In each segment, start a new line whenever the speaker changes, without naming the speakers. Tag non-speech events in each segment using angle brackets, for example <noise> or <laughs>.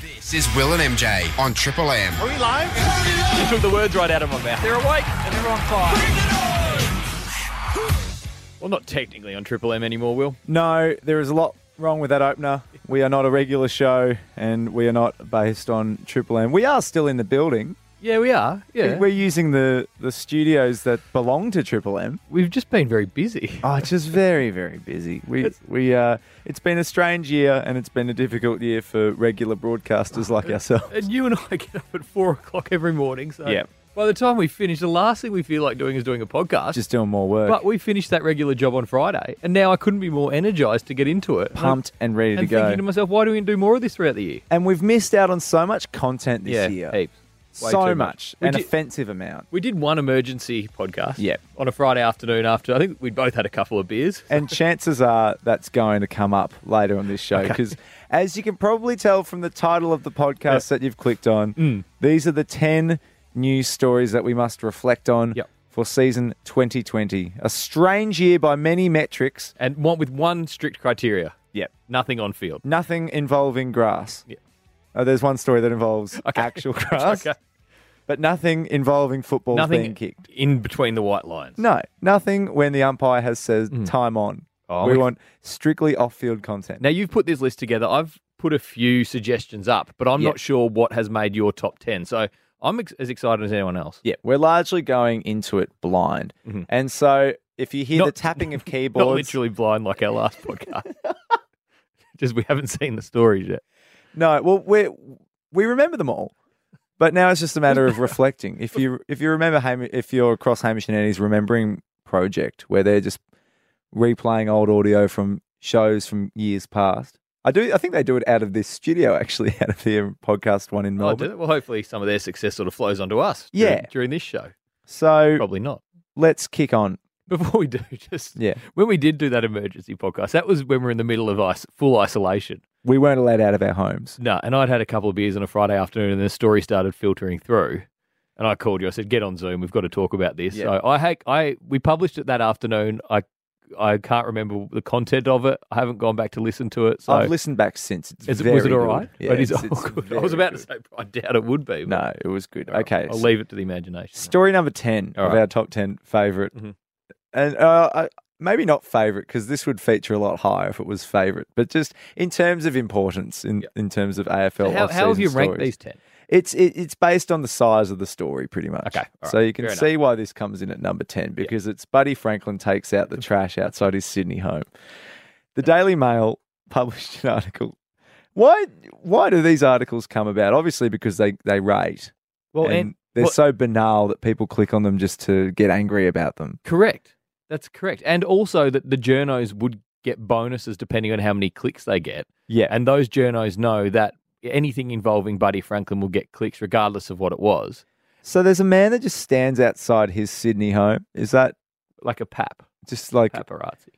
This is Will and MJ on Triple M.
Are we live?
You took the words right out of my mouth. They're awake and they're on fire. Well, not technically on Triple M anymore, Will.
No, there is a lot wrong with that opener. We are not a regular show and we are not based on Triple M. We are still in the building.
Yeah, we are. Yeah.
We're using the, the studios that belong to Triple M.
We've just been very busy.
Oh, it's just very, very busy. We, we, uh, it's been a strange year and it's been a difficult year for regular broadcasters like ourselves. <laughs>
And you and I <laughs> get up at four o'clock every morning. So
Yeah.
by the time we finish, the last thing we feel like doing is doing a podcast.
Just doing more work.
but we finished that regular job on Friday, and now I couldn't be more energized to get into it.
Pumped and ready
And
to
I'm
go.
thinking to myself, why do we do more of this throughout the year?
and we've missed out on so much content this
yeah,
year.
heaps. Way
so
too
much.
We
An
did,
offensive amount.
we did one emergency podcast.
Yeah.
On a Friday afternoon after I think we'd both had a couple of beers.
and chances are that's going to come up later on this show because, as you can probably tell from the title of the podcast that you've clicked on,
Mm.
these are the 10 news stories that we must reflect on
Yep.
for season 2020. A strange year by many metrics.
And one with one strict criteria.
Yep.
Nothing on field.
Nothing involving grass.
Yep.
Oh, there's one story
<laughs>
that involves actual grass,
Okay.
but nothing involving footballs
Nothing
being kicked.
in between the white lines.
No, nothing when the umpire has says time on.
Mm. Oh,
we
we-
want strictly off-field content.
Now you've put this list together. I've put a few suggestions up, but I'm
Yeah.
not sure what has made your top ten. So I'm ex- as excited as anyone else.
Yeah, we're largely going into it blind. And so if you hear the
Mm-hmm. Not-
tapping of
<laughs> Not
keyboards,
literally blind like our
<laughs>
last podcast. Just we haven't seen the stories yet.
no, well we we remember them all. But now it's just a matter of reflecting. If you if you remember Ham- if you're across Hamish and Annie's remembering project where they're just replaying old audio from shows from years past. I do I think they do it out of this studio <laughs> actually, out of the podcast one in
Oh,
Melbourne.
did it? Well, hopefully some of their success sort of flows onto us.
Yeah.
During, during this show,
so
probably not.
let's kick on.
Before we do, <laughs> just
Yeah.
when we did do that emergency podcast, that was when we were in the middle of ice, full isolation.
We weren't allowed out of our homes.
No, and I'd had a couple of beers on a Friday afternoon, and the story started filtering through. And I called you. I said, "Get on Zoom. We've got to talk about this."
Yeah.
So I, ha- I, we published it that afternoon. I, I can't remember the content of it. I haven't gone back to listen to it. So
I've listened back since. It's
Oh. is it,
very
was it all
good.
right?
Yeah,
it is
it's-
all
it's
good. <laughs> I
very
was about
good.
to say, I doubt it would be. but-
No, it was good.
All right,
Okay.
I'll
so
leave it to the imagination.
Story number 10
All
of
right.
our top 10 favorite.
Mhm.
And uh, I, maybe not favorite because this would feature a lot higher if it was favorite, but just in terms of importance, in, in terms of AFL.
So how, how have
off-season
you ranked
stories.
these ten?
It's, it, it's based on the size of the story, pretty much.
Okay, all
So
right,
you can
fair enough.
see why this comes in at number 10 because it's Buddy Franklin
<laughs>
takes out the trash outside his Sydney home. The Daily Mail <laughs> published an article. Why, why do these articles come about? Obviously, because they, they rate
Well,
and,
and,
they're
well-
so banal that people click on them just to get angry about them.
correct. That's correct. And also that the journos would get bonuses depending on how many clicks they get.
Yeah, and
And those journos know that anything involving Buddy Franklin will get clicks regardless of what it was,
so there's a man that just stands outside his Sydney home. Is that
like a pap,
just like
paparazzi.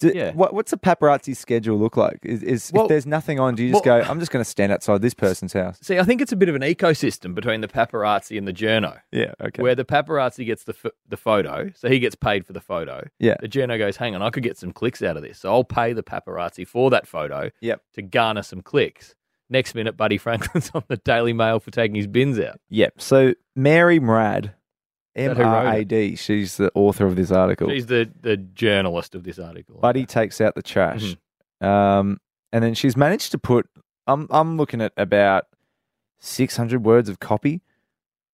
do-
yeah.
what, what's a paparazzi schedule look like? Is, is
Well-
if there's nothing on, do you just
well-
go? I'm just going to stand outside this person's house.
See, I think it's a bit of an ecosystem between the paparazzi and the journo,
Yeah, okay.
where the paparazzi gets the, f- the photo, so he gets paid for the photo.
Yeah.
The journo goes, hang on, I could get some clicks out of this, so I'll pay the paparazzi for that photo
Yep.
to garner some clicks. Next minute, Buddy <laughs> Franklin's on the Daily Mail for taking his bins out.
Yep. So Mary Mrad,
that
M
who wrote it?
R A D. She's the author of this article.
She's the, the journalist of this article.
Buddy takes out the trash. Um, and then she's managed to put. I'm I'm looking at about 600 words of copy,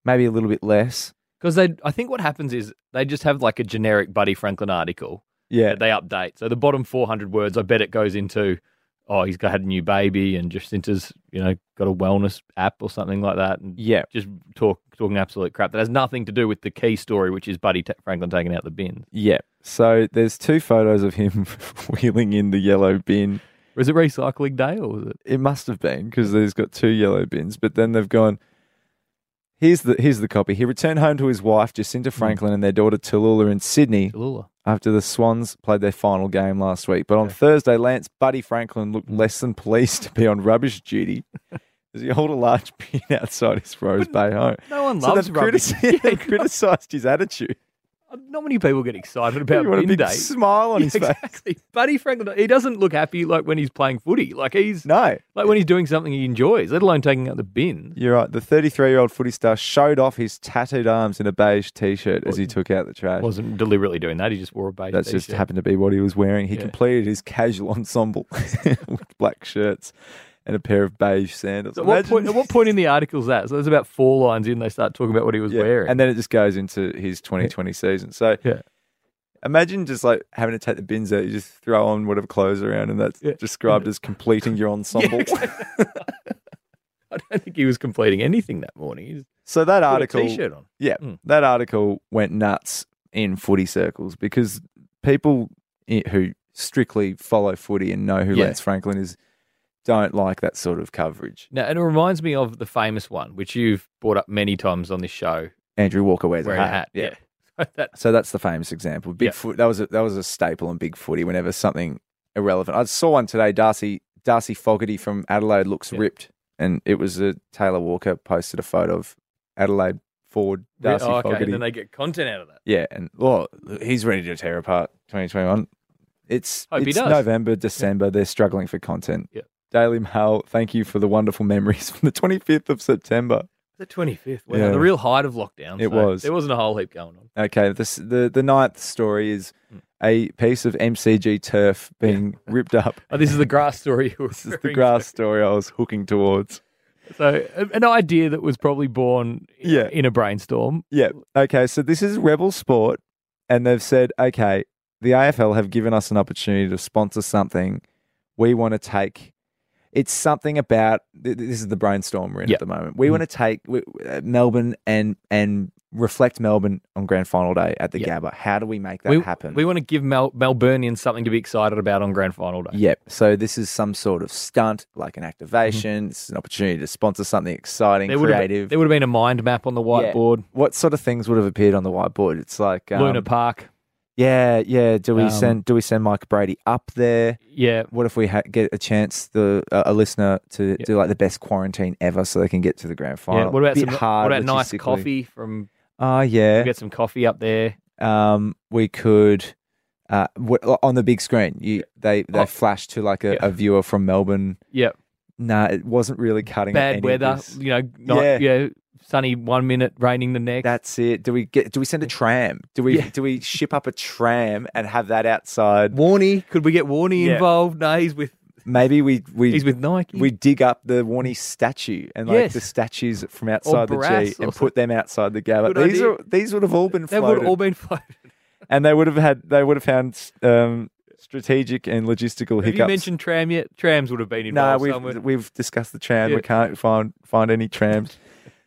maybe a little bit less.
Because they, I think what happens is they just have like a generic Buddy Franklin article
Yeah,
that they update. So the bottom 400 words, I bet it goes into, oh, he's got, had a new baby and Jacinta's, you know, got a wellness app or something like that. And
yeah.
just talk talking absolute crap that has nothing to do with the key story, which is Buddy Ta Franklin taking out the bins.
Yeah. So there's two photos of him <laughs> wheeling in the yellow bin.
Was it recycling day or was it?
It must have been because he's got two yellow bins, but then they've gone. Here's the here's the copy. He returned home to his wife Jacinta
Hmm.
Franklin and their daughter Tallulah in Sydney
Cholula?
after the Swans played their final game last week. But on Thursday, Lance Buddy Franklin looked less than pleased to be on
<laughs>
rubbish duty as he held a large <laughs> bin outside his Rose Bay home.
No one
So
loves
<laughs> they've,
rubbish. <laughs>
critici- they've criticised his attitude.
Not many people get excited about
<laughs> you want a
bin
big
day.
smile on
<laughs>
his
Yeah,
face.
exactly. Buddy Franklin, he doesn't look happy like when he's playing footy. Like he's
No,
like when he's doing something he enjoys, let alone taking out the bin.
you're right. The 33 year old footy star showed off his tattooed arms in a beige t shirt as he took out the trash.
Wasn't deliberately doing that. He just wore a beige.
That's just
t-shirt.
happened to be what he was wearing. He
Yeah.
completed his casual ensemble <laughs> with black shirts and a pair of beige sandals.
So at what
Imagine-
point? At what point in the article's that? So there's about four lines in. They start talking about what he was
<laughs> Yeah,
wearing. <laughs>
And then it just goes into his 2020 season. So
Yeah.
imagine just like having to take the bins out. You just throw on whatever clothes around, and that's
Yeah.
described as
<laughs>
completing your ensemble.
I don't think he was completing anything that morning. He just
so that
put a
article,
t-shirt on.
yeah,
Mm.
that article went nuts in footy circles because people i- who strictly follow footy and know who
Yeah.
Lance Franklin is don't like that sort of coverage.
Now, and it reminds me of the famous one, which you've brought up many times on this show,
Andrew Walker wears
wearing
a
a
hat.
hat. Yeah, that
So that's the famous example.
Yeah.
Bigfoot. That was a, that was a staple in Big Footy. Whenever something irrelevant, I saw one today. Darcy Darcy Fogarty from Adelaide looks
Yeah.
ripped, and it was a Taylor Walker posted a photo of Adelaide forward Darcy
oh, okay.
Fogarty.
And then they get content out of that.
yeah, and well, he's ready to tear apart 2021. It's,
Hope he
it's
does.
November, December. They're struggling for content.
Yeah.
Daily Mail, thank you for the wonderful memories from the 25th of September.
The 25th, wow,
Yeah.
the real height of lockdown.
It
so
was.
There wasn't a whole heap going on.
Okay, this, the the ninth story is
Hmm.
a piece of MCG turf being ripped up.
Oh,
<laughs>
this is the grass story. You were
This is the grass story I was hooking towards.
So, a- an idea that was probably born i-
Yeah.
in a brainstorm.
Yeah. Okay, so this is Rebel Sport, and they've said, okay, the AFL have given us an opportunity to sponsor something we want to take. It's something about th- th- this is the brainstorm we're in
Yeah. Mm-hmm.
at the moment. We want to take we, uh, Melbourne and and reflect Melbourn on Grand Final day at the
Yeah.
Gabba. How do we make that
we,
happen?
we want to give Mel- Melburnians something to be excited about on grand final day.
Yep. So this is some sort of stunt, like
Mm-hmm.
an activation. This is an opportunity to sponsor something exciting,
There would, have,
creative.
there would have been a mind map on the whiteboard,
what sort of things would have appeared on the whiteboard? It's like um,
Luna Park.
Yeah, yeah. Do we
Um,
send Do we send Mike Brady up there?
Yeah.
What if we ha- get a chance the uh, a listener to do like the best quarantine ever, so they can get to the grand final?
Yeah. What about
Bit
some,
hard
What about nice
logistically.
coffee from?
Oh yeah.
We get some coffee up there.
um, we could uh, w- on the big screen. You they they
Oh.
flash to like a,
Yeah.
a viewer from Melbourne.
Yeah.
Nah, it wasn't really cutting. it any
Mm, Bad
of
weather.
this.
You know. Not,
Yeah.
yeah. Sunny one minute, raining the next.
That's it. Do we get? Do we send a tram? Do we
Yeah.
do we
<laughs>
ship up a tram and have that outside?
Warney. Could we get Warney
Yeah.
involved? No, he's with
Maybe we we
he's with Nike.
we dig up the Warney statue and like
Yes.
the statues from outside the G
brass or
and put them outside the Gabba.
Good
These
idea.
are these would have all been
they
floated,
would have all been floated.
and they would have had they would have found um, strategic and logistical
Have
hiccups.
you mentioned tram yet? Trams would have been
No,
involved
we've
somewhere.
we've discussed the tram.
Yeah.
We can't find find any trams.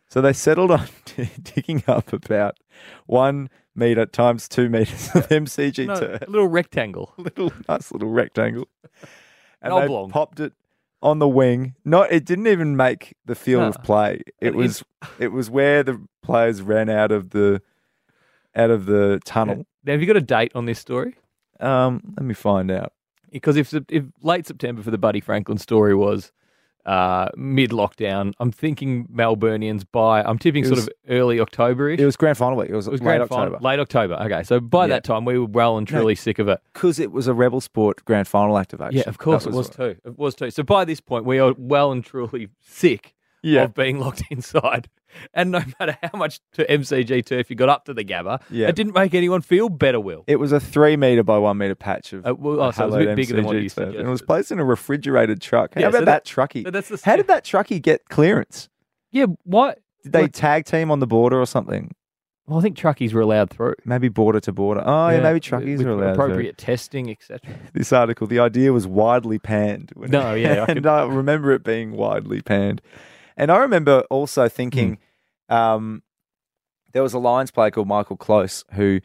so they settled on <laughs> digging up about one meter times two meters of MCG
No,
turf,
a little
<laughs>
rectangle.
little nice
<laughs>
little rectangle, and
An
they
oblong.
popped it on the wing. Not it didn't even make the field of
No.
play. It
And
was it was where the players ran out of the out of the tunnel.
Now, have you got a date on this story?
Um, let me find out.
Because if if late September for the Buddy Franklin story was uh, mid lockdown, I'm thinking Melburnians by I'm tipping
It
sort
was-
of early Octoberish.
It was grand final week. It was,
It was
late
grand
October.
Final, late October. Okay, so by
Yeah.
that time we were well and truly sick of it.
because it was a Rebel Sport grand final activation.
Yeah, of course
That
it was
what-
too. It was too. So by this point we are well and truly sick
Yeah,
of being locked <laughs> inside, and no matter how much to MCG turf you got up to the Gabba,
Yeah.
it didn't make anyone feel better. Will
it was a three meter by one meter patch of.
Uh, well, oh, so it was a
hallowed
bit bigger than what
MCG
you
turf, and it was
suggested.
placed in a refrigerated truck. How
Yeah,
about
so that-
that, trucky?
so that's the
How did that trucky get clearance?
yeah. What
Did they
Look-
tag team on the border or something?
Well, I think truckies were allowed through.
Maybe border to border. Oh yeah, maybe truckies
with
are allowed. to.
appropriate testing, etc.
this article, the idea was widely panned. <laughs> when-
No, yeah, I
and
could-
I remember it being widely panned. And I remember also thinking
Hmm.
um, there was a Lions player called Michael Close who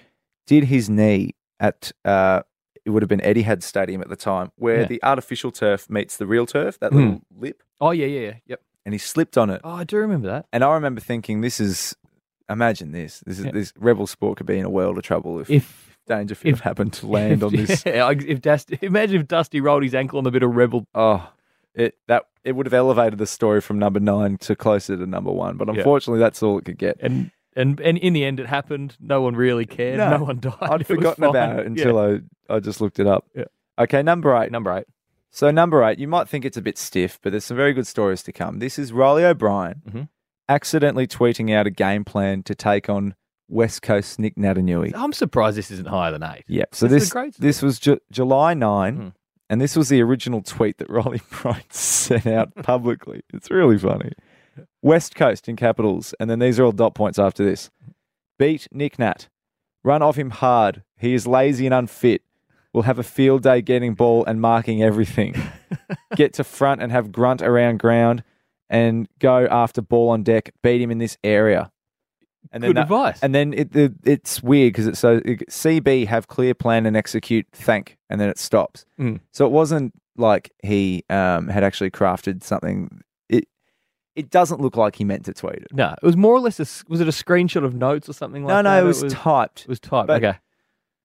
did his knee at uh, it would have been Etihad Stadium at the time, where
Yeah.
the artificial turf meets the real turf, that
Hmm.
little lip,
Oh yeah, yeah, yeah, yep.
and he slipped on it.
Oh, I do remember that.
And I remember thinking, this is. Imagine this. This is
Yeah.
this rebel sport could be in a world of trouble if,
If
<laughs> Dangerfield
if-
happened to land on this
<laughs> Yeah, like, if Dusty, imagine if Dusty rolled his ankle on the bit of rebel.
Oh, it that it would have elevated the story from number nine to closer to number one, but
Yeah. <laughs>
unfortunately, that's all it could get.
And And and in the end, it happened. No one really cared. No,
No,
one died. <laughs>
I'd
It was
forgotten about
fine.
it until
Yeah.
I, I just looked it up.
Yeah.
Okay, number eight.
number eight.
So number eight, you might think it's a bit stiff, but there's some very good stories to come. This is Riley O'Brien
Mhm.
accidentally tweeting out a game plan to take on West Coast Nick Natanui.
I'm surprised this isn't higher than eight.
Yeah. So
This is
this
a great story.
this was Ju- July nine,
Hmm.
and this was the original tweet that <laughs> Riley Bryant sent
<laughs>
out publicly. It's really funny. West Coast in capitals, and then these are all dot points after this. Beat Nick Nat. Run off him hard. He is lazy and unfit. We'll have a field day getting ball and
<laughs>
marking everything. Get to front and have grunt around ground and go after ball on deck. Beat him in this area. And
Good
that-
advice.
and then it, the it's weird because it's so it- CB have clear plan and execute thank and then it stops.
Mm.
So it wasn't like he um, had actually crafted something. It it doesn't look like he meant to tweet it.
no, it was more or less. A, s- was it a screenshot of notes or something like
no,
that?
no, it
that
was, typed.
it was typed.
but-
okay.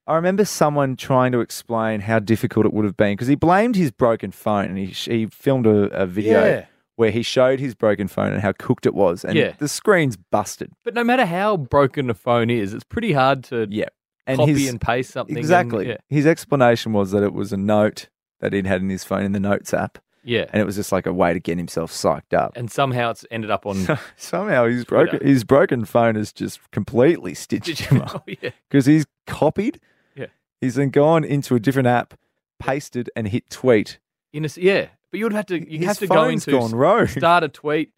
I remember someone trying to explain how difficult it would have been because he blamed his broken phone and he sh- he filmed a, a video
Yeah.
where he showed his broken phone and how cooked it was and
Yeah.
the screen's busted.
But no matter how broken a phone is, it's pretty hard to
Yeah, and
copy
his,
and paste something. and-
Exactly.
yeah.
His explanation was that it was a note that he'd had in his phone in the Notes app,
yeah.
and it was just like a way to get himself psyched up.
And somehow it's ended up on. <laughs>
So- <laughs> somehow his broken his broken phone has just completely stitched him up
Oh, <laughs> yeah.
because he's copied.
Yeah.
He's then gone into a different app, pasted, and hit tweet.
In a s yeah. But you'd have to. You
his
have to go
phone's
into
gone rogue.
start a tweet,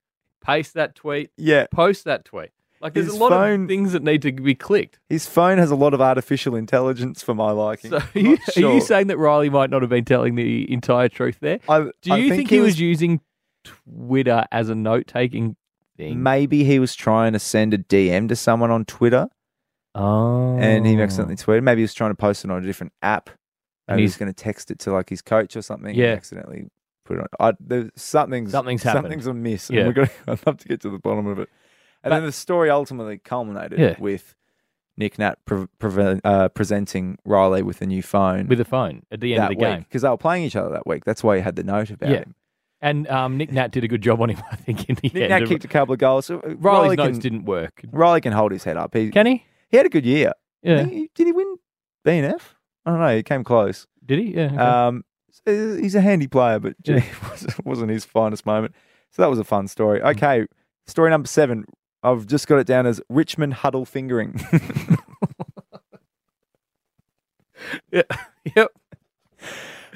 paste that tweet,
yeah.
post that tweet. Like there's
His
a lot
phone-
of things that need to be clicked.
His phone has a lot of artificial intelligence for my liking.
So <laughs> are
Not
you, are
sure.
you saying that Riley might not have been telling the entire truth there?
I,
Do
I
you think,
think
he was, using Twitter as a note taking thing?
Maybe he was trying to send a DM to someone on Twitter.
oh.
and he accidentally tweeted. Maybe he was trying to post it on a different app.
And
Maybe he's
he's-
going to text it to like his coach or something. and
Yeah.
accidentally put it on. I, there's something's
Something's happened.
Something's amiss.
Yeah.
And we're gonna, <laughs> I'd love to get to the bottom of it.
But-
And then the story ultimately culminated
Yeah.
with Nick Nat pre- preve- uh, presenting Riley with a new phone
with a phone at the end
that
of the
week
game.
because they were playing each other that week. That's why he had the note about
Yeah.
him.
And um, Nick Nat did a good job on him, <laughs> I think, in the
Nick
end.
Nat kicked a couple of goals. So uh,
Riley's
Riley
notes
can,
didn't work.
Riley can hold his head up. He,
Can he?
he had a good year.
Yeah.
He- did he win BNF? I don't know. He came close.
Did he? Yeah. okay. <laughs>
Um, so he's a handy player, but
Yeah.
gee, <laughs> it wasn't- wasn't his finest moment. So that was a fun story.
Mm.
Okay, story number seven. I've just got it down as Richmond huddle fingering. <laughs>
yep.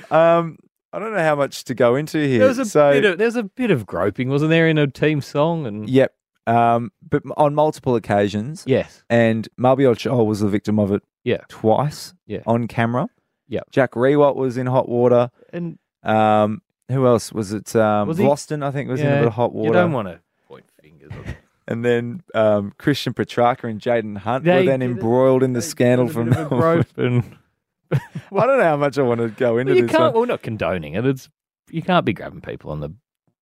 um, I don't know how much to go into here.
There was a
so,
bit of there was a bit of groping, wasn't there, in a team song? And
yep. Um, but m- on multiple occasions,
yes,
and Marby Ochol was the victim of it.
Yeah.
twice.
Yeah.
on camera.
Yep.
Jack Rewalt was in hot water.
and
Um, who else was it? Um,
Was he-
Vlosten, I think, was in a
Yeah,
bit of hot water.
you don't want to point fingers. At
And then um, Christian Petrarca and Jaden Hunt
They
were then
did it.
embroiled in the scandal from.
a grope and
<laughs> I don't know how much I want to go into
well, you
this
can't.
one.
Well, not condoning it. It's you can't be grabbing people on the.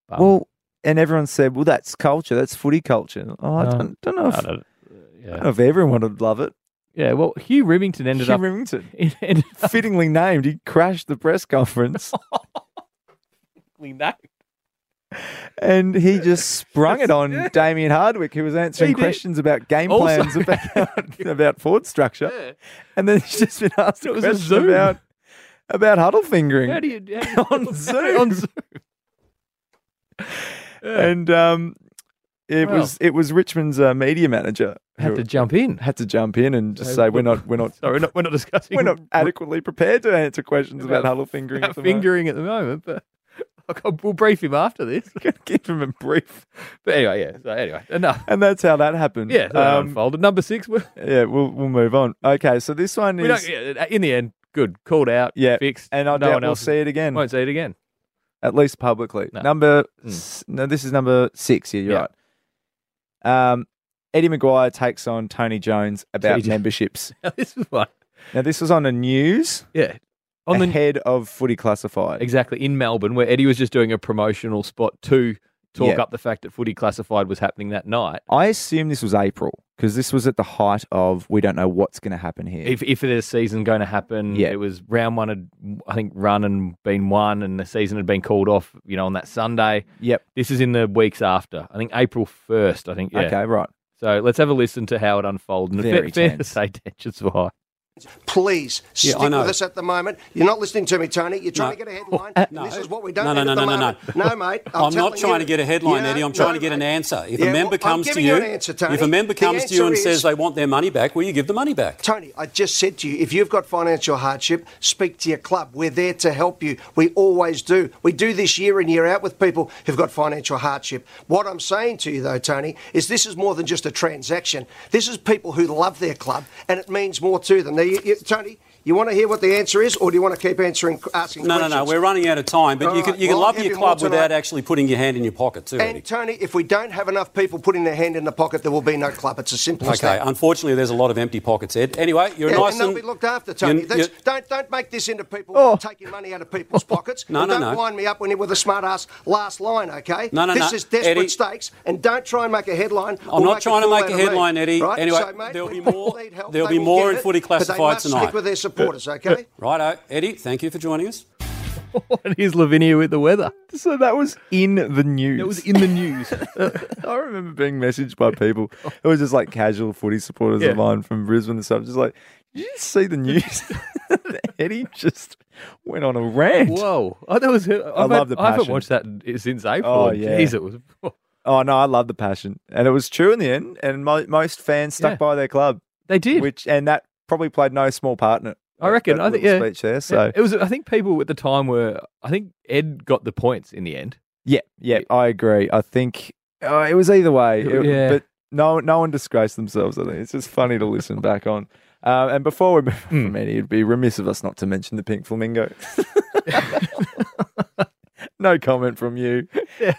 Bum.
Well, and everyone said, "Well, that's culture. That's footy culture." Oh, I
Uh,
don't, don't know
I
if, I
don't-
don't
yeah.
know if everyone would love it.
yeah. Well, Hugh Rivington ended
Hugh
up.
Remington,
it ended up
fittingly named, he crashed the press <laughs> conference,
being that.
and he just sprung it on Damien Hardwick, who was answering
He did.
questions about game
Also-
plans <laughs> about about forward structure,
Yeah.
and then he's just been asked a
was a
question
Zoom.
about about huddle fingering.
How do you how do you- <laughs>
On
on
Zoom.
Zoom? Yeah.
<laughs> and um, it
Wow.
was it was Richmond's uh, media manager
Had
who
to jump in.
had to jump in and just
So
say we're
we're-
not we're
<laughs>
not
Sorry, we're not, we're not discussing.
we're not adequately prepared to answer questions about,
About-
huddle fingering.
about
at the moment."
fingering at the moment, but <laughs> like, I'll- we'll brief him after <laughs> this.
give him a brief,
But anyway, yeah. So anyway, enough.
and that's how that happened.
Yeah, so that
um,
unfolded. Number six. We,
yeah, we'll we'll move on. Okay, so this one
we don't,
is
yeah, in the end, good. Called out.
Yeah,
Fixed.
and I
no
doubt
one
we'll
else
see it again,
Won't say it again.
at least publicly.
No.
Number
Mm.
s- no, this is number six. Yeah, you're
Yeah.
right. Um, Eddie Maguire takes on Tony Jones about
TJ.
memberships.
<laughs> Now, this is one.
Now this was on the news.
Yeah. On the
ahead of Footy Classified.
exactly in Melbourne, where Eddie was just doing a promotional spot to talk
Yeah.
up the fact that Footy Classified was happening that night.
I assume this was April because this was at the height of we don't know what's going to happen here.
If if there's a season going to happen,
Yeah.
it was round one had I think run and been won, and the season had been called off. You know, on that Sunday.
yep.
This is in the weeks after. I think April first. I think yeah.
Okay. Right.
So let's have a listen to how it unfolded. And
Very
fair, fair to
tense.
say tensions were high.
Please
Yeah,
stick
I know.
with us at the moment. You're not listening to me, Tony. You're trying
No.
to
uh,
get a headline.
No.
This is what we don't
No, no,
need
no,
at the
no, no, no.
moment.
<laughs>
mate.
I'm,
I'm,
not
telling
trying
you-
to get a headline,
Yeah,
Eddie. I'm
no,
trying to get an
mate.
answer. If
Yeah,
a member
well, I'm
comes to
giving
you,
an answer, Tony.
if a member
The
comes to you and
answer
says
is-
they want their money back, will you give the money back?
Tony, I just said to you, if you've got financial hardship, speak to your club. We're there to help you. We always do. We do this year in, year out with people who've got financial hardship. What I'm saying to you, though, Tony, is this is more than just a transaction. This is people who love their club and it means more to them. Now, you, you, Tony, you want to hear what the answer is or do you want to keep answering, asking
No, no,
questions?
no. We're running out of time, but
All
you can,
right,
you can
well, I'll
love
give
your
you more
club without
tonight.
actually putting your hand in your pocket too, Eddie.
And, Tony, if we don't have enough people putting their hand in the pocket, there will be no club. It's as simple as
Okay,
that.
unfortunately, there's a lot of empty pockets, Ed. Anyway, you're
Yeah,
nice
and they'll be looked after, Tony.
you're-
That's,
you're-
don't don't make this into people taking money out of people's pockets.
No,
And
no,
don't
no.
wind me up when you're with a smart ass last line, okay?
No, no,
This
no.
is desperate
Eddie-
stakes, and don't try and make a headline.
I'm not trying to make a headline, Eddie.
Right?
Anyway,
so, mate,
there'll
when
be
people
more-
need help,
there'll
they
be
will
more
get
in
it,
Footy
but they
Classified
must
tonight.
Stick with their supporters, okay?
Righto, Eddie. Thank you for joining us.
And <laughs> here's Lavinia with the weather.
So that was in the news.
It was in the news.
<laughs> I remember being messaged by people who were just like casual footy supporters
Yeah.
of mine from Brisbane and stuff. Just like, did you just see
<laughs>
the news? <laughs> Eddie just went on a
<laughs>
rant.
Whoa! Oh, that was. I've had-
love the
I haven't
passion.
watched that since April.
Oh,
and
yeah.
Jeez, it was.
Oh no, I love the passion, and it was true in the end. And mo- most fans stuck
Yeah.
by their club,
They did.
which and that probably played no small part in it.
I reckon.
That
I think.
little
Yeah.
speech there. So
It was. I think people at the time were. I think Ed got the points in the end.
yeah, yeah, I agree. I think uh, it was either way, It-
Yeah.
but no, no one disgraced themselves. I think it's just funny
<laughs>
to listen back on. Um, and before we move
Hmm.
on from Eddie, it'd be remiss of us not to mention the
<laughs>
pink flamingo. no comment from
<laughs>
you.
He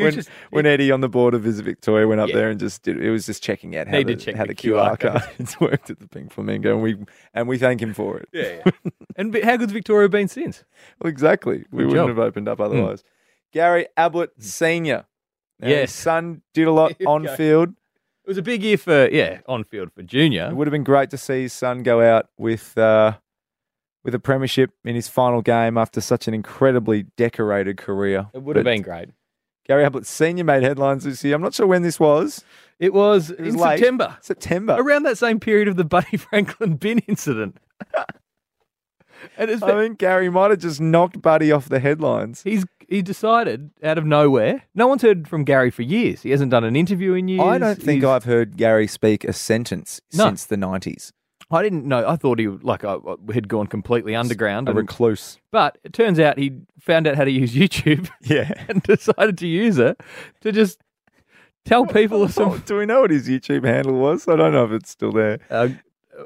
When,
was just-
when Eddie on the board of Visit Victoria went up
Yeah.
there and just did, it was just checking out how
He
the,
did check
how
the
the, QR
QR
code it's <laughs> worked at the Pink Flamingo, and we and we thank him for it.
yeah. yeah. <laughs> and but how good's Victoria been since?
Well, exactly. We
Good
wouldn't
job. Hmm.
have opened up otherwise. Gary Ablett Senior. Now, his
Yes.
son did a
<laughs>
lot
Here we
on
go.
field.
It was a big year for yeah on field for Junior.
It would have been great to see his son go out with uh, with a premiership in his final game after such an incredibly decorated career.
It would have
But
been great.
Gary Ablett Senior made headlines this year. I'm not sure when this was.
It was,
was
in
late.
September,
September.
around that same period of the <laughs> Buddy Franklin bin incident. <laughs> and it's
I think Gary might have just knocked Buddy off the headlines.
he's he decided out of nowhere. No one's heard from Gary for years. He hasn't done an interview in years.
I don't think
He's-
I've heard Gary speak a sentence
No.
since the 90s.
I didn't know. I thought he like I, I had gone completely underground.
A
and- <laughs>
recluse.
but it turns out he found out how to use YouTube <laughs>
Yeah.
and decided to use it to just tell people or something.
<laughs> Do we know what his YouTube handle was? I don't know if it's still there.
Uh,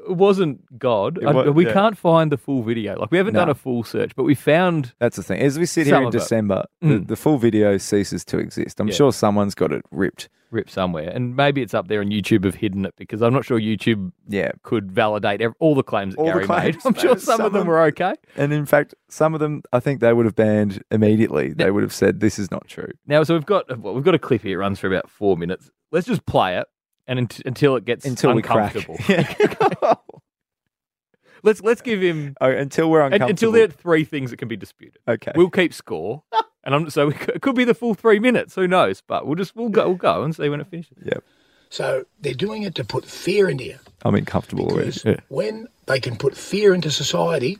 it wasn't God.
It
I-
wa-
we
yeah.
can't find the full video. Like we haven't
No.
done a full search, but we found
That's the thing. As we sit
Some
here in
of it.
December, the,
Mm.
the full video ceases to exist. I'm
Yeah.
sure someone's got it ripped.
rip somewhere, and maybe it's up there, and YouTube have hidden it because I'm not sure YouTube
Yeah.
could validate ev- all the claims that
All the
Gary made. <laughs>
claims,
I'm
mate.
sure some,
Some
of them
of-
were okay.
And in fact, some of them, I think they would have banned immediately. They would have said, this is not true.
Now, so we've got well, we've got a clip here. It runs for about four minutes. Let's just play it, and unt- until it gets
Until we crack.
uncomfortable.
<laughs> Yeah.
Let's let's give him
Oh, until we're
un-
uncomfortable.
until there are three things that can be disputed.
Okay.
We'll keep
<laughs>
score, and I'm so we could, it could be the full three minutes. Who knows? But we'll just we'll go we'll go and see when it finishes.
Yep.
So they're doing it to put fear into you.
I'm uncomfortable already.
Because when they can put fear into society,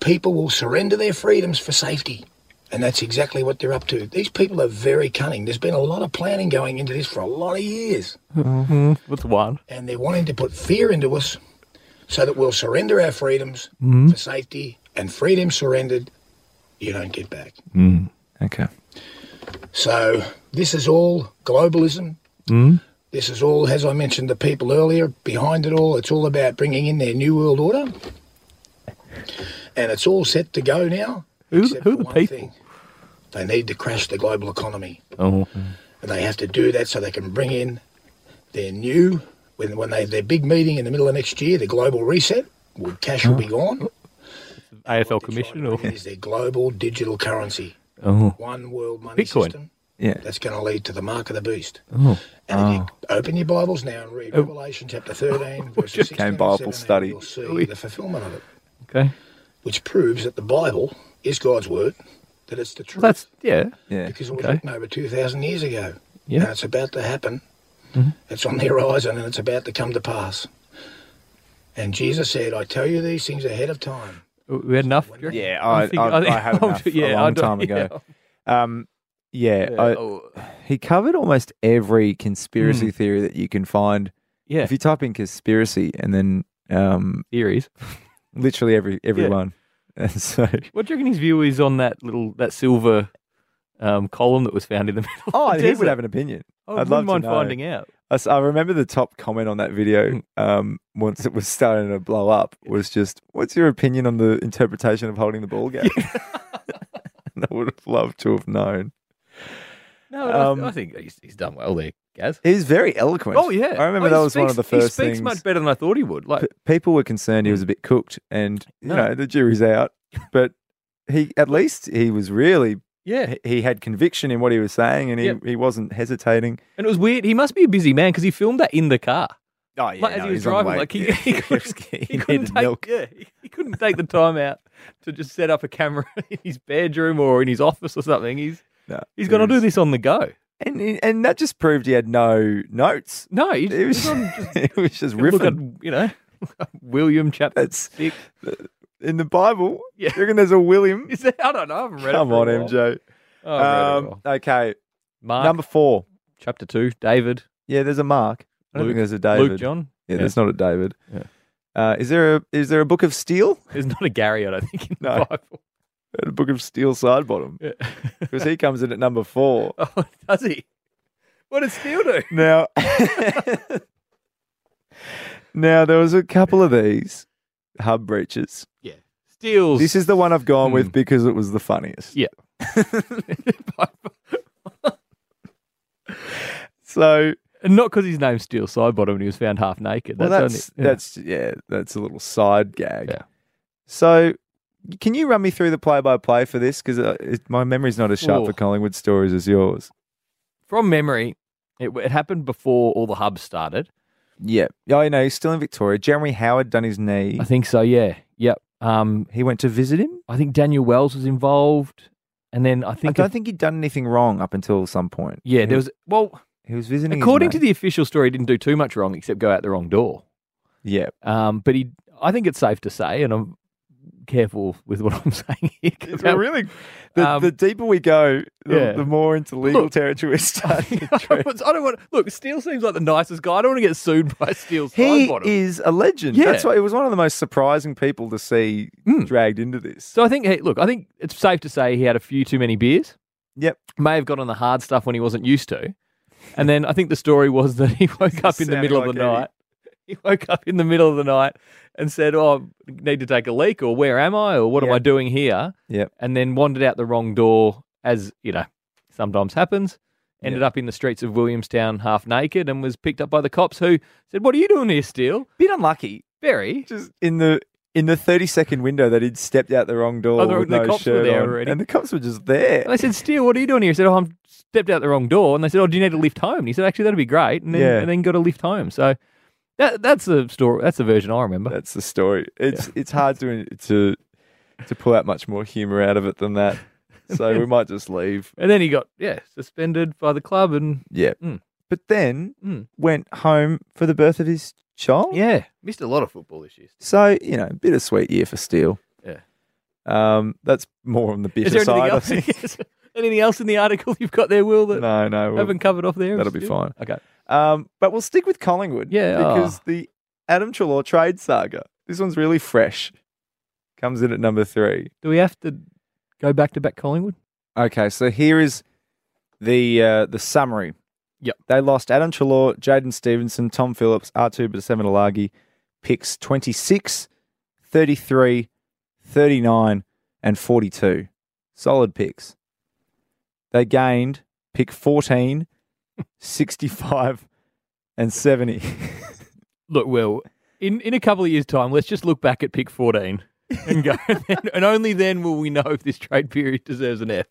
people will surrender their freedoms for safety. And that's exactly what they're up to. These people are very cunning. There's been a lot of planning going into this for a lot of years.
What's one?
And they're wanting to put fear into us so that we'll surrender our freedoms for safety. And freedom surrendered, you don't get back.
Okay.
So this is all globalism.
Hmm?
This is all, as I mentioned, the people earlier behind it all. It's all about bringing in their new world order, and it's all set to go now.
Who-
except
who
for
the
one
people?
Thing. They need to crash the global economy,
Oh,
and they have to do that so they can bring in their new. When, when they have their big meeting in the middle of next year, the global reset, well, cash will be gone.
AFL
What they're trying
commission
to
or
bring in Is their global digital currency,
oh,
one world money
Bitcoin.
system?
Yeah.
That's going to lead to the mark of the beast.
Oh,
And if
ah.
you open your Bibles now and read Revelation chapter
<laughs>
13, verses 16
Came
and
Bible
17,
study.
You'll see the fulfillment of it,
<laughs> okay.
which proves that the Bible is God's word, that it's the truth.
That's yeah.
Yeah.
because it was
okay.
written over 2,000 years ago.
Yeah.
And it's about to happen
Mm-hmm.
It's on the horizon and it's about to come to pass. And Jesus said, I tell you these things ahead of time.
We had enough.
Yeah, I, I,
think-
I,
I think- <laughs>
had enough
yeah,
a
I
long
don't-
time ago. Um, yeah, I-
oh.
he covered almost every conspiracy theory that you can find.
Hmm. Yeah.
If you type in conspiracy and then um,
Theories.
literally every everyone, <laughs> and so
What do you reckon his view is on that little that silver um, column that was found in the middle? of
oh,
the
he would
desert?
have an opinion.
I
I'd
wouldn't
love to
Oh, mind
know.
finding Hmm. out.
I, s- I remember the top comment on that video um, once it was starting to blow up was just, "What's your opinion on the interpretation of holding the ball game?" <laughs> And I would have loved to have known.
No, I th-
Um,
I think he's, he's done well there, Gaz.
He was very eloquent.
Oh yeah,
I remember
Oh, he
that was one of the
speaks-
first
He speaks
things.
much better than I thought he would. Like,
p- people were concerned he was a bit cooked, and you
No.
know the jury's out. But he, at least, he was really
yeah,
he- he had conviction in what he was saying, and he,
Yep.
he wasn't hesitating.
and it was weird. He must be a busy man because he filmed that in the car.
Oh yeah,
Like, as he was driving, like
<laughs>
he, he, couldn't, <laughs> he couldn't take, yeah, he- he couldn't take the time out to just set up a camera <laughs> in his bedroom or in his office or something. He's he's going to do this on the go.
and he- and that just proved he had no notes.
No, he
It was,
just,
<laughs>
on, just
it was
<laughs>
just
look at
riffing.
you know <laughs> William chapter
That's
six.
in the Bible.
Yeah.
You reckon there's a William?
<laughs> Is that, I don't know. I haven't read it.
Come
for a while.
on,
Oh, I haven't
MJ.
read it for a
Um,
while.
okay,
Mark
number four.
chapter two. David,
Yeah, there's a Mark. I don't
Luke-
think there's a David.
Luke, John.
Yeah, there's not a David.
Yeah.
Uh, is there a is there a book of steel? <laughs>
There's not a Gary, I don't think, in the
No.
Bible. <laughs>
A book of steel side bottom
Yeah.
because he comes in at number four.
oh, does he? What does Steele do?
Now, now there was a couple of these hub breaches.
Steele's
This is the one I've gone
Hmm.
with because it was the funniest.
Yeah.
So
And <laughs> not because his name's Steele Sidebottom and he was found half naked.
well, that's
only,
that's yeah, that's a little side gag.
Yeah.
So can you run me through the play-by-play for this because my memory's not as sharp
Ooh.
for Collingwood stories as yours.
from memory. It, it happened before all the hubs started.
Yeah. Oh, you know, he's still in Victoria. Jeremy Howard done his knee.
I think so. Yeah. Yep. Um,
he went to visit him.
I think Daniel Wells was involved, and then I
I
think
don't think he'd done anything wrong up until some point.
yeah,
He-
there was well,
He was visiting. his
according to
mate.
the official story, he didn't do too much wrong except go out the wrong door.
yeah,
Um, but he, I think it's safe to say, and I'm careful with what <laughs> I'm saying here. 'cause
<laughs> It's really the,
um,
the deeper we go, the,
yeah.
the more into <laughs> legal
Look.
territory we're
<laughs>
starting. <laughs> to
I
drift.
don't want- I don't want. Look, Steele seems like the nicest guy. I don't want to get sued by Steele's
he
sidebottom.
is a legend.
Yeah.
That's why it was one of the most surprising people to see
Mm.
dragged into this.
So I think, hey, look, I think it's safe to say he had a few too many beers.
Yep.
May have got on the hard stuff when he wasn't used to. And then I think the story was that he <laughs> woke up in the
sounding
middle
like
of the
Eddie.
night. <laughs> He woke up in the middle of the night and said, Oh, I need to take a leak, or where am I, or what am I
Yep.
doing here?
Yep.
And then wandered out the wrong door, as, you know, sometimes happens. Ended up in the streets of Williamstown half naked and was picked up by the cops who said, What are you doing here, Steele?
Bit unlucky.
Very.
Just in the in the thirty second window that he'd stepped out the wrong door
Oh, the-
with
the
no
cops were
shirt
there
on,
already.
and the cops were just there.
And I said, Steele, what are you doing here? He said, Oh, I'm stepped out the wrong door. And they said, Oh, do you need a lift home? And he said, Actually, that'd be great. And then,
Yeah.
and then got a lift home. So that, that's the story. That's the version I remember.
That's the story. It's it's hard to to to pull out much more humour out of it than <laughs> that. So we might just leave.
and then he got, yeah, suspended by the club. And
Yeah.
Mm.
But then
Mm.
went home for the birth of his child.
yeah, missed a lot of football issues.
So you know, bittersweet year for Steele.
Yeah.
Um, that's more on the bitter
Is there anything
side. I
else? <laughs>
think.
Yes. anything else in the article you've got there, Will, that
no, no, we'll-
haven't covered off there?
that'll be
Steele?
fine.
Okay.
Um, but we'll stick with Collingwood.
Yeah,
Because
oh.
the Adam Trelaw trade saga. This one's really fresh. Comes in at number three.
Do we have to go back to back Collingwood?
Okay, so here is the uh, the summary.
Yep.
They lost Adam Trelaw, Jaden Stevenson, Tom Phillips, R2 Basamanalagi, picks 26, 33, 39, and 42. Solid picks. They gained
<laughs>
pick 14, 65, and 70.
Look, Will, in, in a couple of years' time, let's just look back at pick 14 and
<laughs>
go. <laughs> and, only then will we know if this trade period deserves an F.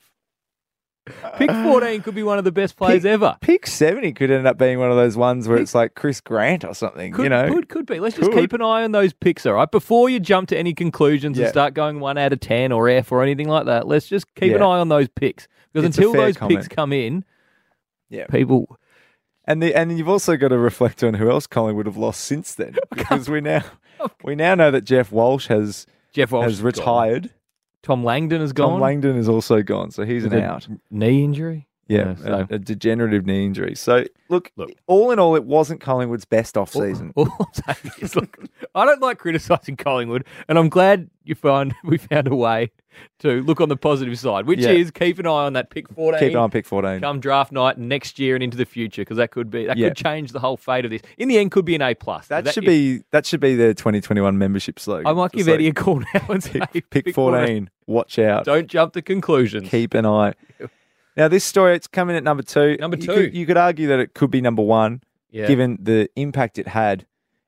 Pick 14 could be one of the best
<laughs>
players
Pick-
ever.
Pick 70 could end up being one of those ones where it's like Chris Grant or something,
Could,
you know?
could, could be. Let's just
could.
keep an eye on those picks, all right? Before you jump to any conclusions
Yeah.
and start going one out of 10 or F or anything like that, let's just keep an
Yeah.
eye on those picks. Because
It's a
until
fair
those
comment.
picks come in,
Yeah.
people.
And the and you've also got to reflect on who else Collingwood have lost
<laughs>
since then,
Oh,
because we now we now know that Jeff Walsh has
Jeff Walsh
has
is gone.
retired.
Tom Langdon is
Tom
gone.
Langdon is also gone, so he's an
With a
out.
Knee injury.
Yeah,
so-
a, a degenerative knee injury. So look, all in all, it wasn't Collingwood's best off season.
All <laughs> I'm saying is, look, I don't like criticising Collingwood, and I'm glad you find <laughs> we found a way to look on the positive side, which
Yeah.
is keep an eye on that pick 14.
Keep an eye on pick fourteen.
Come draft night next year and into the future, because that could be that
Yeah.
could change the whole fate of this. In the end, could be an A plus.
That, should be that should be their 2021 membership slogan.
I might
Just
give
like,
Eddie a call now and <laughs> say
pick, pick 14. Watch out.
Don't jump to conclusions.
keep
<laughs>
an eye. Now, this story, it's coming at number two.
Number
You
two.
could, you could argue that it could be number one,
Yeah.
given the impact it had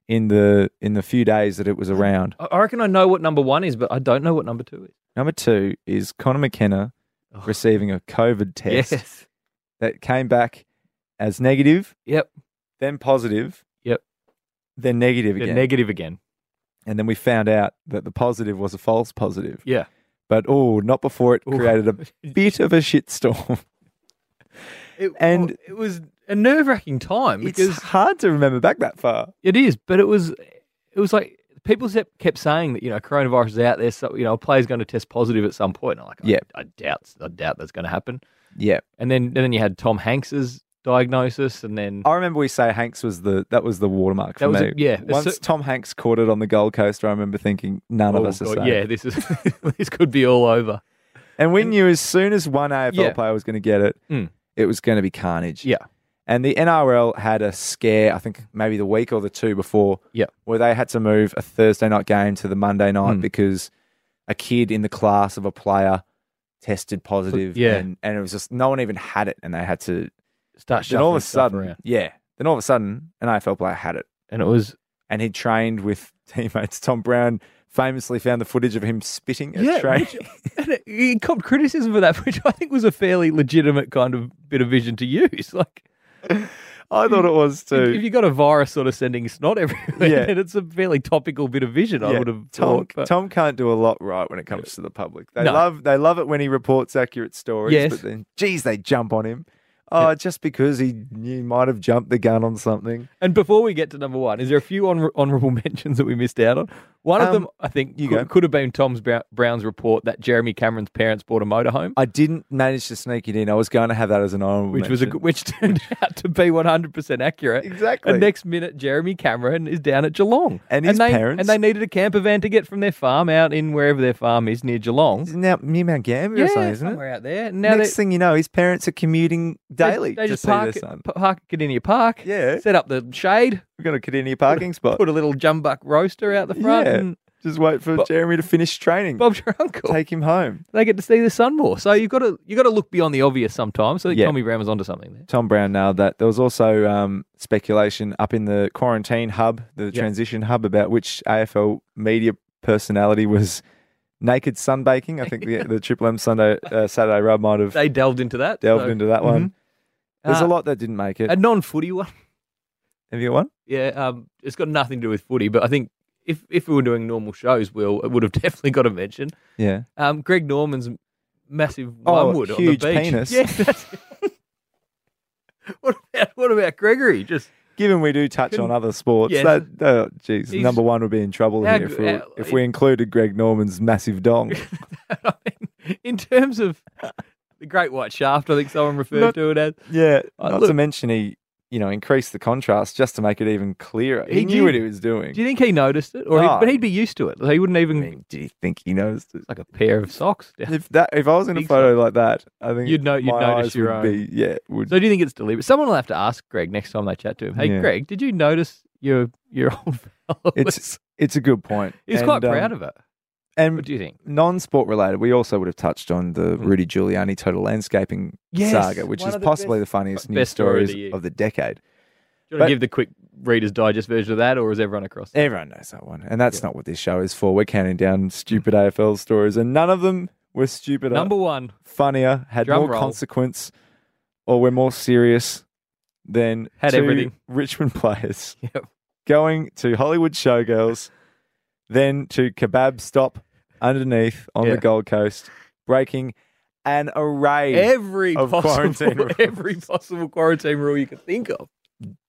in the in the few days that it was around.
I I reckon I know what number one is, but I don't know what number two is.
Number two is Connor McKenna receiving a COVID test that came back as negative,
Yep.
then positive,
Yep.
then negative
Yeah,
again.
negative again.
and then we found out that the positive was a false positive.
Yeah.
But oh, not before it
Ooh. <laughs>
created a bit of a shitstorm.
It,
And-
it was a nerve wracking time because
It's hard to remember back that far.
It is, but it was it was like people kept kept saying that you know coronavirus is out there, so you know a player's going to test positive at some point. And I'm like, I-
Yeah.
I, doubt I doubt that's going to happen.
Yeah.
And then and then you had Tom Hanks's diagnosis, and then
I remember we say Hanks was the that was the watermark for
That was
me.
it, yeah.
Once
So-
Tom Hanks caught it on the Gold Coast, I remember thinking none of
Oh,
us are
God,
safe.
yeah, this is <laughs> this could be all over.
And we knew as soon as one AFL
Yeah.
player was going to get it,
Mm.
it was going to be carnage.
Yeah,
And the NRL had a scare, I think maybe the week or the two before,
Yeah. Mm.
where they had to move a Thursday night game to the Monday night because a kid in the class of a player tested positive.
yeah.
And, and it was just no one even had it. And they had to,
start
then all of
shuffling
a
stuff
sudden,
around.
yeah, then all of a sudden, an AFL player had it.
and it was
And he trained with <laughs> teammates. Tom Brown famously found the footage of him spitting at
Yeah,
training.
which- <laughs> and it, he copped criticism for that, <laughs> which I think was a fairly legitimate kind of bit of vision to use. <laughs> Like
<laughs> I thought it was
<laughs>
too.
if you got a virus sort of sending snot everywhere,
Yeah.
then it's a fairly topical bit of vision. I
Yeah,
would have
Tom.
thought, but-
Tom can't do a lot right when it comes to the public. They
No.
love they love it when he reports accurate stories,
Yes.
but then geez, they jump on him. Oh, just because he he might have jumped the gun on something.
And before we get to number one, is there a few honor- honourable <laughs> mentions that we missed out on? One of
Um,
them, I think,
you go.
could, could have been Tom's Brou- Brown's report that Jeremy Cameron's parents bought a motorhome,
I didn't manage to sneak it in. I was going to have that as an honorable
which was a,
mention.
g- which <laughs> turned out to be one hundred percent accurate.
Exactly.
And next minute, Jeremy Cameron is down at Geelong,
And his
they,
parents-
and they needed a camper van to get from their farm out in wherever their farm is near Geelong.
Isn't that near Mount Gambier or
yeah,
something, isn't it?
somewhere out there. And now
Next
they,
thing you know, his parents are commuting
they-
daily
they,
to
just
see
park,
their son.
it- park it in your park.
Yeah.
set up the shade,
We've got a
<laughs>
Cadinia parking spot.
put a little jumbuck roaster out the front,
Yeah.
and
Just wait for
Bob-
Jeremy to finish training.
Bob's your uncle.
Take him home.
they get to see the sun more. So you've got to you got to look beyond the obvious sometimes. So
Yeah.
Tommy Brown was onto something there.
Tom Brown nailed that. There was also um, speculation up in the quarantine hub, the transition hub, about which AFL media personality was naked sunbaking. I think the,
<laughs>
the Triple M Sunday uh, Saturday Rub might have
They delved into that.
delved
so-
into that one. There's
Uh,
a lot that didn't make it.
A non-footy one. <laughs>
have you got one?
Yeah, um, it's got nothing to do with footy, but I think if if we were doing normal shows, Will, it would have <laughs> definitely got a mention.
Yeah.
Um, Greg Norman's massive
Oh,
wormwood
huge
on the beach.
penis.
Yeah. That's... <laughs> what about what about Gregory? Just <laughs>
Given we do touch on
Couldn't-
other sports,
Yes.
that oh, geez,
He's-
number one would be in trouble
How uh,
here if
gr-
we,
how-
if we included Greg Norman's massive
<laughs>
dong.
I mean, in terms of the Great White Shaft, I think someone referred
Not-
to it as.
yeah,
Uh,
not to
look-
mention he, you know, increased the contrast just to make it even clearer. He,
He
knew what
did.
he was doing.
Do you think he noticed it, or
Oh.
he, but he'd be used to it? He wouldn't even
I mean, do you think he noticed it?
like a pair of socks. down.
If that, if I was in a
Think
photo like that, I think
You'd know- you'd
my
notice
eyes
your
would Be, yeah, would
So do you think it's deliberate? Someone will have to ask Greg next time they chat to him. Hey,
Yeah.
Greg, did you notice your your <laughs> old fellow? was-
it's it's a good point.
he's
And,
quite
um,
proud of it. What
And
do you think? Hmm.
non-sport related, we also would have touched on the Rudy Giuliani total landscaping
Yes,
saga, which
one
is
of the
possibly
best-
the funniest news
best story of
stories
the year.
of the decade.
Do you want
but-
to give the quick Reader's Digest version of that, or is everyone across? it?
Everyone knows that one, and that's not what this show is for. We're counting down
Hmm.
stupid AFL stories, and none of them were stupider,
Number one,
funnier, had
Drum
more
roll.
consequence, or were more serious than
Had
two
everything.
Richmond <laughs> players.
<laughs> Yep.
going to Hollywood Showgirls, then to Kebab Stop underneath on
Yeah.
the Gold Coast, breaking an array
Every
of quarantine
possible,
rules.
<laughs> every possible quarantine rule you could think of.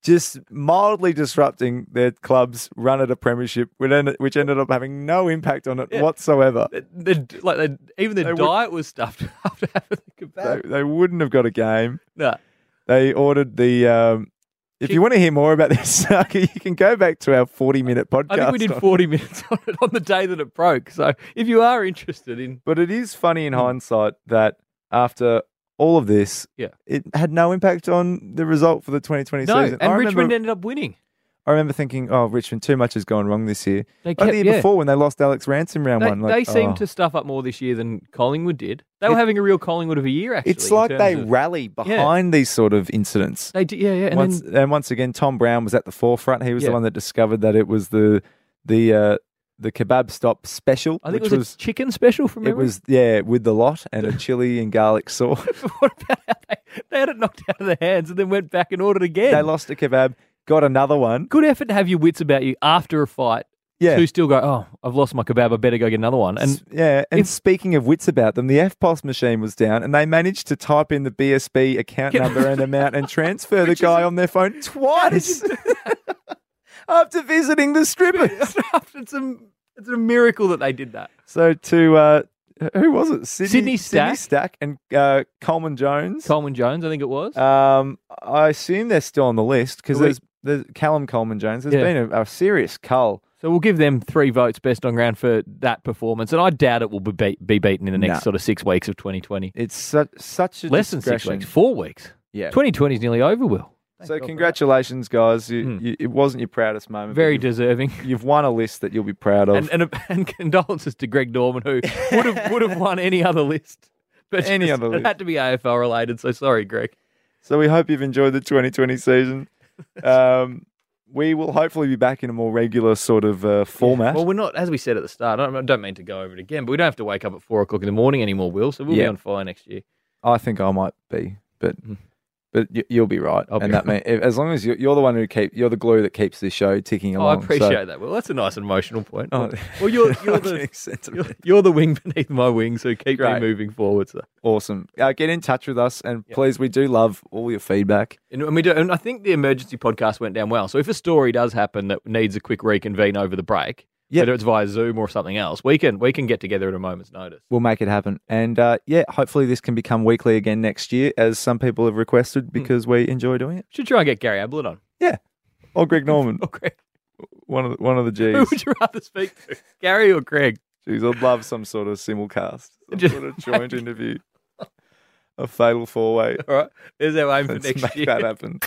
just mildly disrupting their club's run at a premiership, which ended, which ended up having no impact on it
Yeah.
whatsoever.
They- they- like they, even their
They would-
diet was stuffed <laughs> after having the
They,
kebab.
they wouldn't have got a game.
No,
They ordered the. Um, if you want to hear more about this <laughs> saga, you can go back to our 40 minute podcast.
I think we did
on-
40 minutes on it on the day that it broke. So if you are interested in,
But it is funny
Hmm.
in hindsight that after all of this,
Yeah.
it had no impact on the result for the 2020
no,
season.
and
I
Richmond
remember,
ended up winning.
I remember thinking, oh, Richmond, too much has gone wrong this year.
They
Like
kept-
the year
yeah.
before when they lost Alex Ransom round
They,
one.
they
Like,
seem
oh.
to stuff up more this year than Collingwood did. They were
It-
having a real Collingwood of a year, actually.
It's
in
like
terms
they
of-
rally behind these sort of incidents.
They did, yeah, yeah. And
once,
then,
and once again, Tom Brown was at the forefront. He was the
Yeah.
one that discovered that it was the the uh, the kebab stop special,
I think
which
it was, a chicken special from
it was yeah with the lot and a chili and garlic sauce.
<laughs> what about how they, they had it knocked out of their hands and then went back and ordered again?
they lost a kebab, got another one.
Good effort to have your wits about you after a fight
Yeah,
to still go, oh, I've lost my kebab. I better go get another one. And
<laughs> S- yeah, and
if-
speaking of wits about them, the FPOS machine was down, and they managed to type in the BSB account number and amount and
<laughs>
transfer the guy on their phone twice <laughs> after visiting the
<laughs>
strippers.
it's, a, it's a miracle that they did that.
So to uh, who was it?
Sydney Stack.
Stack and uh, Coleman Jones.
Coleman Jones, I think it was.
um, I assume they're still on the list because
We-
there's, there's Callum Coleman Jones. There's
Yeah.
been a, a serious cull.
so we'll give them three votes best on ground for that performance. And I doubt it will be, beat, be beaten in the next
No.
sort of six weeks of 2020.
It's such such a
Less than six
discretion.
weeks, four weeks.
Yeah.
2020 is nearly over, Will.
so congratulations, guys. You,
Hmm.
you, it wasn't your proudest moment. but
Very
you've,
deserving.
you've won a list that you'll be proud of.
and, and <laughs> and condolences to Greg Norman, who would have would have won any other list, <laughs> but
Any
just-
other
it
list.
had to be AFL related. So sorry, Greg.
so we hope you've enjoyed the
<laughs>
2020 season. um, we will hopefully be back in a more regular sort of uh, format.
Well, we're not as we said at the start. I don't, I don't mean to go over it again, but we don't have to wake up at four o'clock in the morning anymore, Will. So we'll
Yeah.
be on fire next year.
I think I might be, but but y- you'll be right.
Mm. I'll be
and that mean, as long as you're, you're the one who keep you're the glue that keeps this show ticking
Oh, I
along.
appreciate that. Will. that's a nice emotional point.
Oh.
Well, you're
<laughs>
<laughs> you're the you're,
the
you're the wing beneath my wing, so keep
Great.
me moving forward. So.
awesome. Uh, get in touch with us, and please, we do love all your feedback.
And, and we do, and I think the emergency podcast went down well. So if a story does happen that needs a quick reconvene over the break,
Yep.
whether it's via Zoom or something else, we can we can get together at a moment's notice.
We'll make it happen, and uh, yeah, hopefully this can become weekly again next year, as some people have
Hmm.
requested because we enjoy doing it.
Should try and get Gary Ablett on. <laughs>
Or Greg Norman,
Or Craig.
one of the, one of the
Who
G's.
would you rather speak to, Gary or Craig?
Jeez, I'd love some sort of simulcast, some
Just-
sort of
<laughs>
joint interview, a fatal four way.
All right, there's our aim for
Let's
next
make
year.
that happen.